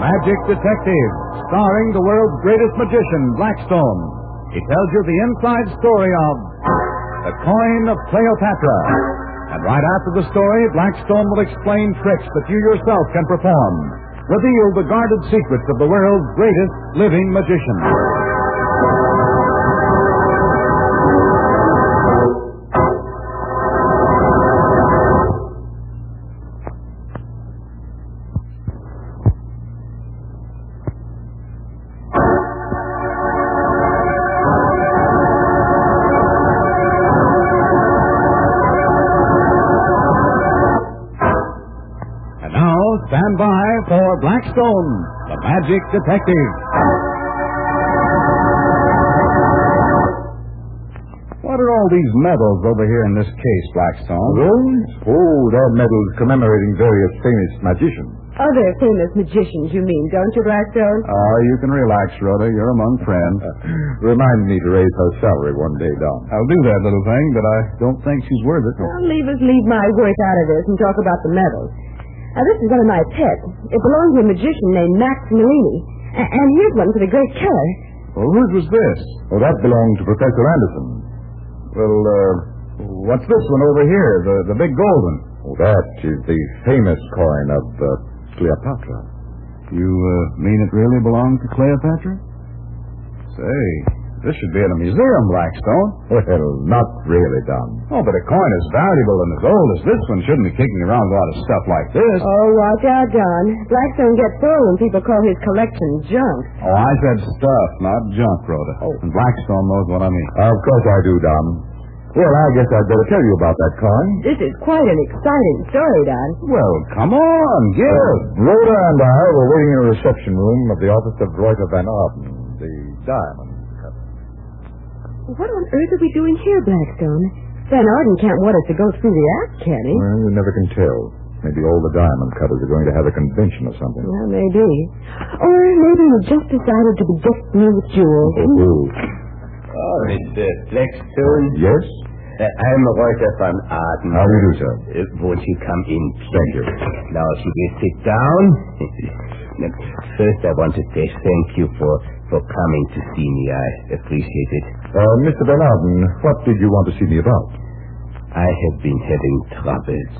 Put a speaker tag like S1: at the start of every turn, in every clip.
S1: Magic Detective, starring the world's greatest magician, Blackstone. He tells you the inside story of The Coin of Cleopatra. And right after the story, Blackstone will explain tricks that you yourself can perform. Reveal the guarded secrets of the world's greatest living magician. And now, stand by for Blackstone, the magic detective. What are all these medals over here in this case, Blackstone?
S2: Those? Oh, they're medals commemorating various famous magicians.
S3: Other famous magicians, you mean, don't you, Blackstone?
S2: Ah, you can relax, Rhoda. You're among friends. Remind me to raise her salary one day, Don.
S1: I'll do that little thing, but I don't think she's worth it.
S3: Well, leave us leave my work out of this and talk about the medals. Now, this is one of my pets. It belongs to a magician named Max Malini. A- and here's one for the great Keller.
S2: Well, whose was this? Oh, that belonged to Professor Anderson. Well, uh, what's this one over here? The, the big golden. Oh, that is the famous coin of uh, Cleopatra.
S1: You uh, mean it really belonged to Cleopatra? Say, this should be in a museum, Blackstone.
S2: Well, not really, Don.
S1: Oh, but a coin as valuable and as old as this one shouldn't be kicking around a lot of stuff like this.
S3: Oh, watch out, Don. Blackstone gets full when people call his collection junk.
S1: Oh, I said stuff, not junk, Rhoda. Oh. And Blackstone knows what I mean.
S2: Of course I do, Don. Well, I guess I'd better tell you about that coin.
S3: This is quite an exciting story, Don.
S1: Well, come on, give.
S2: Yes, Uh, Rhoda and I were waiting in a reception room of the office of Reuter Van Arden, the diamond.
S3: What on earth are we doing here, Blackstone? Van Arden can't want us to go through the act, can he?
S2: Well, you never can tell. Maybe all the diamond cutters are going to have a convention or
S1: Oh.
S2: something.
S3: Well, maybe. Or maybe we just decided to bedeck me with jewels.
S2: oh.
S4: Oh, Mr. Blackstone.
S2: Yes?
S4: Uh, I'm Reuter van Aden.
S2: How do you do, sir?
S4: Uh, won't you come in?
S2: Thank you.
S4: Now, if you will sit down. Now, First, I want to say thank you for, for coming to see me. I appreciate it.
S2: Uh, Mr. Van Arden, what did you want to see me about?
S4: I have been having troubles.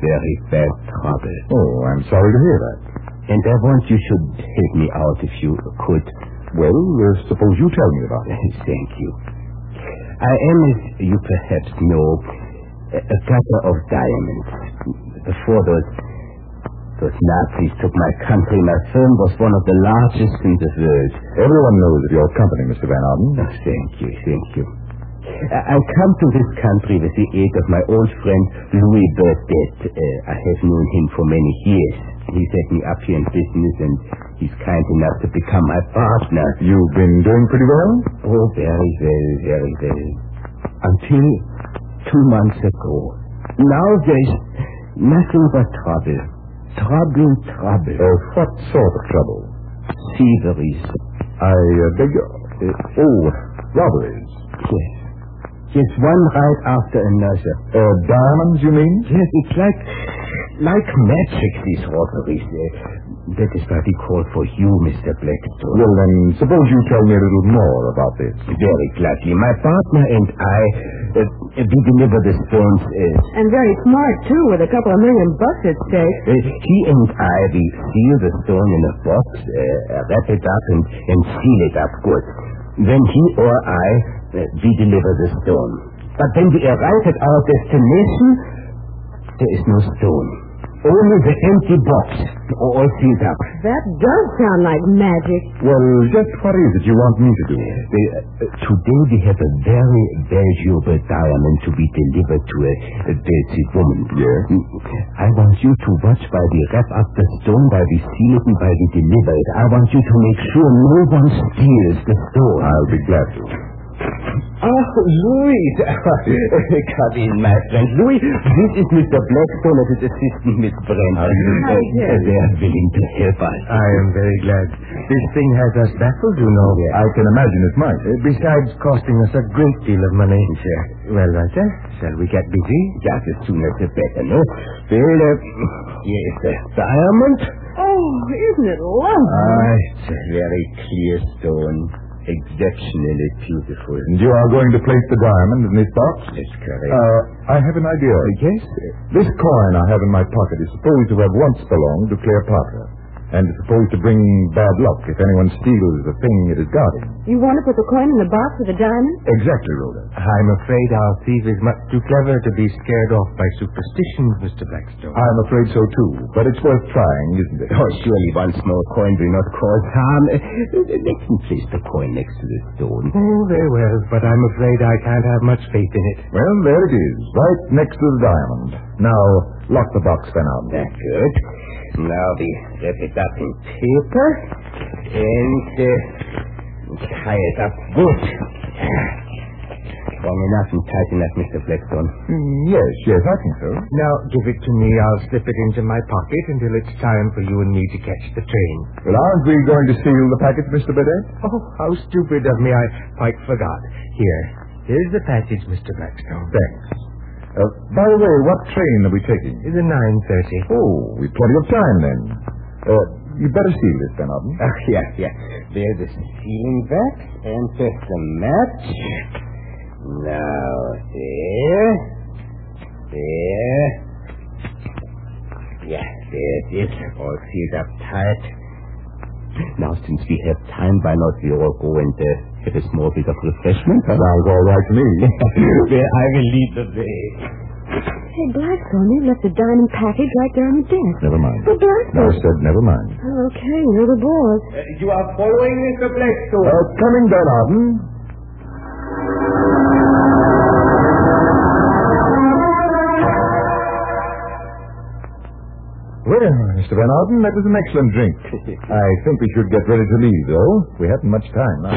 S4: Very bad troubles.
S2: Oh, I'm sorry to hear that.
S4: And I want you should help me out if you could.
S2: Well, uh, suppose you tell me about it.
S4: Thank you. I am, as you perhaps know, a, a cutter of diamonds. Before those, those Nazis took my country, my firm was one of the largest in the world.
S2: Everyone knows of your company, Mr. Van Arden.
S4: Oh, thank you, thank you. I, I come to this country with the aid of my old friend Louis Burdett. Uh, I have known him for many years. He set me up here in business, and he's kind enough to become my partner.
S2: You've been doing pretty well?
S4: Oh, very well, very well. Until two months ago. Now there's nothing but trouble. Trouble, trouble.
S2: Uh, what sort of trouble?
S4: Thieveries.
S2: I uh, beg your... Uh, oh, robberies.
S4: Yes. Yes, one right after another.
S2: Uh, diamonds, you mean?
S4: Yes, it's like, like magic, these robberies. Uh, that is why we call for you, Mr. Blackstone.
S2: Well, then, suppose you tell me a little more about this.
S4: Very gladly. My partner and I, uh, we deliver the stones. Uh,
S3: And very smart, too, with a couple of million bucks at stake.
S4: Uh, he and I, we seal the stone in a box, uh, wrap it up, and, and seal it up good. Then he or I, uh, we deliver the stone. But when we arrive at our destination, there is no stone. Only the empty box, all sealed up.
S3: That does sound like magic.
S2: Well, just what is it you want me to do?
S4: Uh, uh, today we have a very valuable diamond to be delivered to a, a wealthy woman.
S2: Yes.
S4: Mm, I want you to watch while we wrap up the stone, while we seal it, and while we deliver it. I want you to make sure no one steals the stone.
S2: I'll be glad to.
S4: Oh, Louis. Come in, my friend. Louis, this is Mr. Blackstone and his assistant, Miss Brent.
S3: Hi, Jerry.
S4: they are willing to help us.
S2: I am very glad. This thing has us baffled, you know.
S4: Yes.
S2: I can imagine it might.
S5: Uh, Besides costing us a great deal of money.
S4: Sure.
S5: Well, Roger, shall we get busy?
S4: Just as soon as the better, no? Well, uh, here is the diamond.
S3: Oh, isn't it lovely?
S4: Ah, it's a very clear stone, exceptionally beautiful.
S2: And you are going to place the diamond in this box?
S4: Yes, correct.
S2: Uh, I have an idea.
S4: yes?
S2: This coin I have in my pocket is supposed to have once belonged to Cleopatra, and is supposed to bring bad luck if anyone steals the thing it is guarding.
S3: You want to put the coin in the box with the diamond?
S2: Exactly, Rhoda.
S5: I'm afraid our thief is much too clever to be scared off by superstition, Mr. Blackstone.
S2: I'm afraid so too, but it's worth trying, isn't it?
S4: Oh, surely one small coin will not cause harm. Uh, Let me place the coin next to the stone.
S5: Oh, very well, but I'm afraid I can't have much faith in it.
S2: Well, there it is, right next to the diamond. Now, lock the box, Van Alden.
S4: That's good. Now we wrap it up in paper and uh, tie it up good. Strong enough and tight enough, Mr. Blackstone.
S2: Mm, Yes, yes, I think so.
S5: Now, give it to me. I'll slip it into my pocket until it's time for you and me to catch the train.
S2: Well, aren't we going to seal the package, Mr. Burdett?
S5: Oh, how stupid of me. I quite forgot. Here. Here's the package, Mr. Blackstone.
S2: Thanks. Uh, by the way, what train are we taking?
S5: The 9.30.
S2: Oh, we've plenty of time then. Uh, you'd better seal this, Van Alden.
S4: Ah, yeah, yeah. There's the sealing wax and there's the match. Now, there. There. Yeah, there it is. All sealed up tight. Now, since we have time, why not we all go and uh, have a small bit of refreshment? huh?
S2: Sounds all right to me.
S4: Where I will lead the way.
S3: Hey, Blackstone, you left the diamond package right there on the desk.
S2: never mind.
S3: But
S2: No, I
S3: Blackstone...
S2: said never mind.
S3: Oh, okay, you're the boss.
S4: you are following Mr. Blackstone.
S2: Uh, coming, Van Alden. Well, Mr. Van Alden, that was an excellent drink. I think we should get ready to leave, though. We haven't much time. now.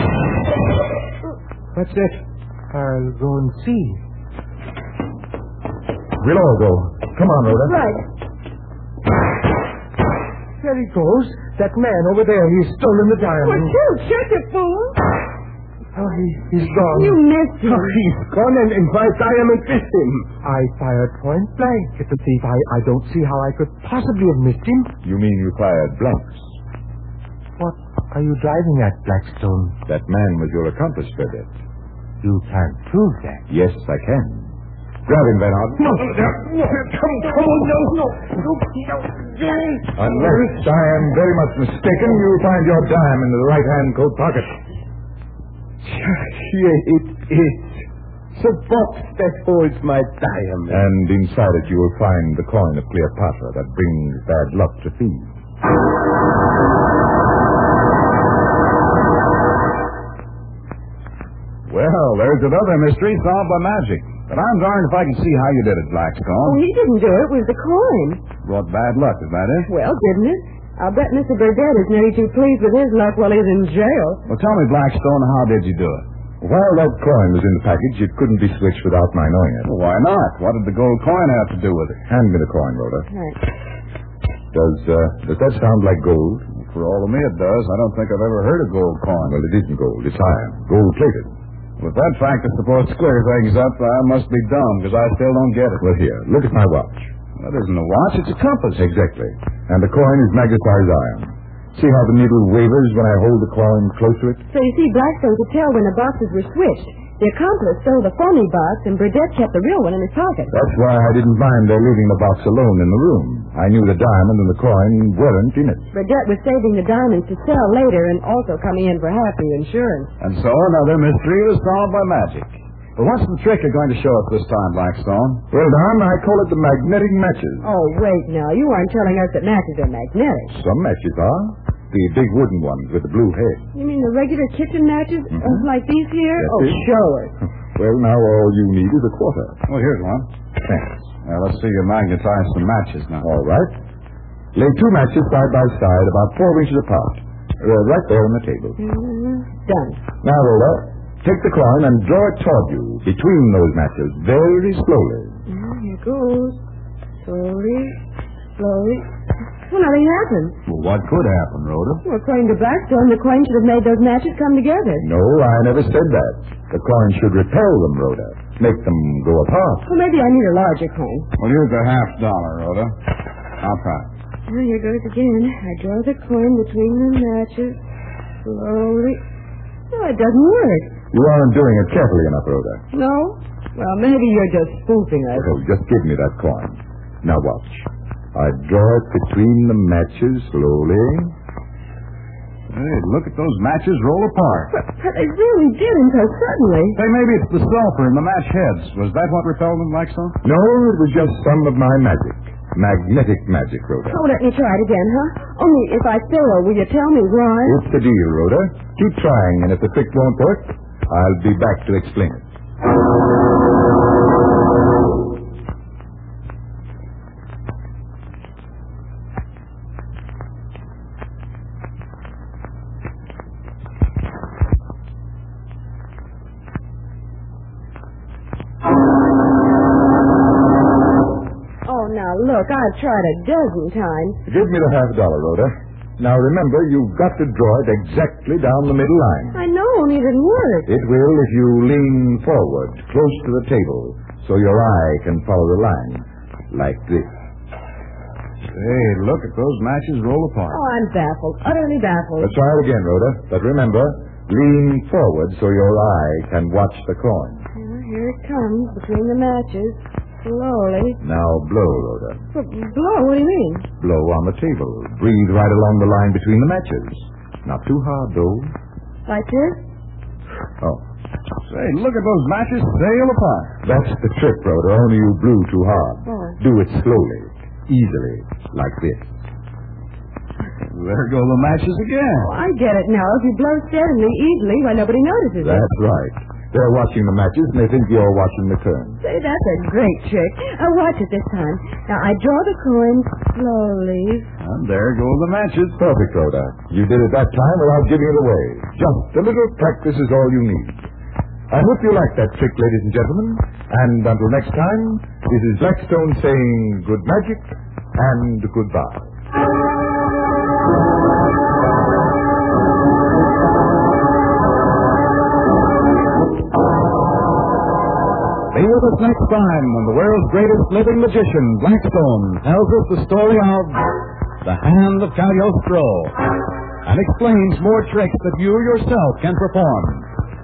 S5: What's that? I'll go and see.
S2: We'll all go. Come on, Rhoda.
S3: Right.
S5: There he goes. That man over there, he's stolen the
S3: Well,
S5: diamond.
S3: shoot, shut your fool.
S5: Oh, he, he's gone.
S3: You missed him.
S5: he's gone and, and my diamond with him. I fired point blank at the thief. I, I don't see how I could possibly have missed him.
S2: You mean you fired blanks?
S5: What are you driving at, Blackstone?
S2: That man was your accomplice, Burdett.
S5: You can't prove that.
S2: Yes, I can. Grab him, Van Alden. No,
S4: Come, come on, no, no, no, no,
S2: Unless I am very much mistaken, you'll find your dime in the right-hand coat pocket.
S4: It is the box that holds Oh, my diamond.
S2: And inside it, you will find the coin of Cleopatra that brings bad luck to thieves.
S1: Well, there's another mystery solved by magic. But I'm darned if I can see how you did it,
S3: Oh,
S1: Blackstone.
S3: he didn't do it. It was the coin.
S1: Brought bad luck, is that it?
S3: Well, didn't it? I'll bet Mr. Burdett is nary too pleased with his luck while he's in jail.
S1: Well, tell me, Blackstone, how did you do it?
S2: While that coin was in the package, it couldn't be switched without my knowing it.
S1: Well, why not? What did the gold coin have to do with it?
S2: Hand me the coin, Rhoda.
S3: Right.
S2: Does, uh, does that sound like gold?
S1: For all of me, it does. I don't think I've ever heard of gold coin.
S2: Well, it isn't gold. It's iron. Gold-plated.
S1: With that fact it's supposed to square things up, I must be dumb, because I still don't get it.
S2: Well, here, look at my watch.
S1: That isn't a watch, it's a compass.
S2: Exactly. And the coin is magnetized iron. See how the needle wavers when I hold the coin close to it?
S3: So you see, Blackstone could tell when the boxes were switched. The accomplice stole the phony box, and Burdett kept the real one in his pocket.
S2: That's why I didn't mind their leaving the box alone in the room. I knew the diamond and the coin weren't in it.
S3: Burdett was saving the diamonds to sell later and also coming in for happy insurance.
S1: And so another mystery was solved by magic. But what's the trick you're going to show us this time, Blackstone?
S2: Well, Don, I call it the magnetic matches.
S3: Oh, wait now. You aren't telling us that matches are magnetic.
S2: Some matches are. The big wooden ones with the blue head.
S3: You mean the regular kitchen matches? uh, like these here?
S2: Yes,
S3: oh,
S2: it-
S3: show us.
S2: Well, now all you need is a quarter.
S1: Well, here's one.
S2: Thanks.
S1: Now, let's see you magnetize some matches now.
S2: All right. Lay two matches side by side, about four inches apart. They're right there on the table.
S3: Mm-hmm. Done.
S2: Now, Rhoda, take the coin and draw it toward you between those matches very slowly.
S3: Now, Mm-hmm. here goes. Slowly, slowly. Well, nothing happened.
S1: Well, what could happen, Rhoda?
S3: Well, according to Blackstone, the coin should have made those matches come together.
S2: No, I never said that. The coin should repel them, Rhoda. Make them go apart.
S3: Well, maybe I need a larger coin.
S1: Well, here's a half dollar, Rhoda. How far?
S3: Well, here goes again. I draw the coin between the matches. Slowly. No, it doesn't work.
S2: You aren't doing it carefully enough, Rhoda.
S3: No? Well, maybe you're just spoofing us.
S2: Oh, just give me that coin. Now watch. I draw it between the matches slowly.
S1: Hey, look at those matches roll apart.
S3: But it really did until suddenly.
S1: Hey, maybe it's the sulfur in the match heads. Was that what repelled them, Blackstone?
S2: No, it was just some of my magic. Magnetic magic, Rhoda.
S3: Oh, let me try it again, huh? Only if I fail, will you tell me why?
S2: It's the deal, Rhoda. Keep trying, and if the trick won't work, I'll be back to explain it.
S3: Oh, now look, I've tried a dozen times.
S2: Give me the half dollar, Rhoda. Now remember, you've got to draw it exactly down the middle line.
S3: I know, only it didn't work.
S2: It will if you lean forward, close to the table, so your eye can follow the line. Like this.
S1: Hey, look at those matches roll apart.
S3: Oh, I'm baffled, utterly baffled.
S2: Let's try it again, Rhoda. But remember, lean forward so your eye can watch the coin.
S3: Well, here it comes between the matches, slowly.
S2: Now blow, Rhoda.
S3: But blow, what do you mean?
S2: Blow on the table. Breathe right along the line between the matches. Not too hard, though.
S3: Like this?
S2: Oh.
S1: Say, look at those matches sail apart.
S2: That's the trick, Rhoda. Only you blew too hard.
S3: Oh.
S2: Do it slowly, easily, like this.
S1: There go the matches again.
S3: Oh, I get it now. If you blow steadily, easily, why nobody notices it.
S2: That's right. They're watching the matches and they think you're watching the turn.
S3: Say, that's a great trick. I'll watch it this time. Now, I draw the coin slowly.
S1: And there go the matches.
S2: Perfect, Rhoda. You did it that time without giving it away. Just a little practice is all you need. I hope you like that trick, ladies and gentlemen. And until next time, this is Blackstone saying good magic and goodbye.
S1: Be with us next time when the world's greatest living magician, Blackstone, tells us the story of the Hand of Cagliostro and explains more tricks that you yourself can perform.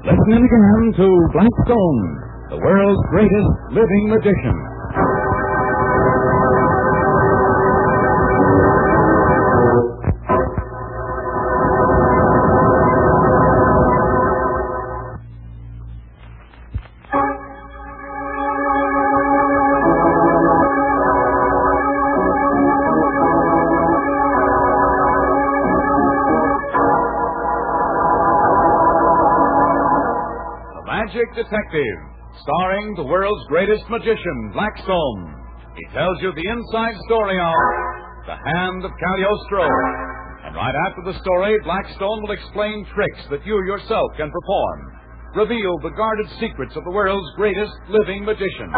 S1: Listen in again to Blackstone, the world's greatest living magician. The Magic Detective, starring the world's greatest magician, Blackstone. He tells you the inside story of The Hand of Cagliostro. And right after the story, Blackstone will explain tricks that you yourself can perform, reveal the guarded secrets of the world's greatest living magician.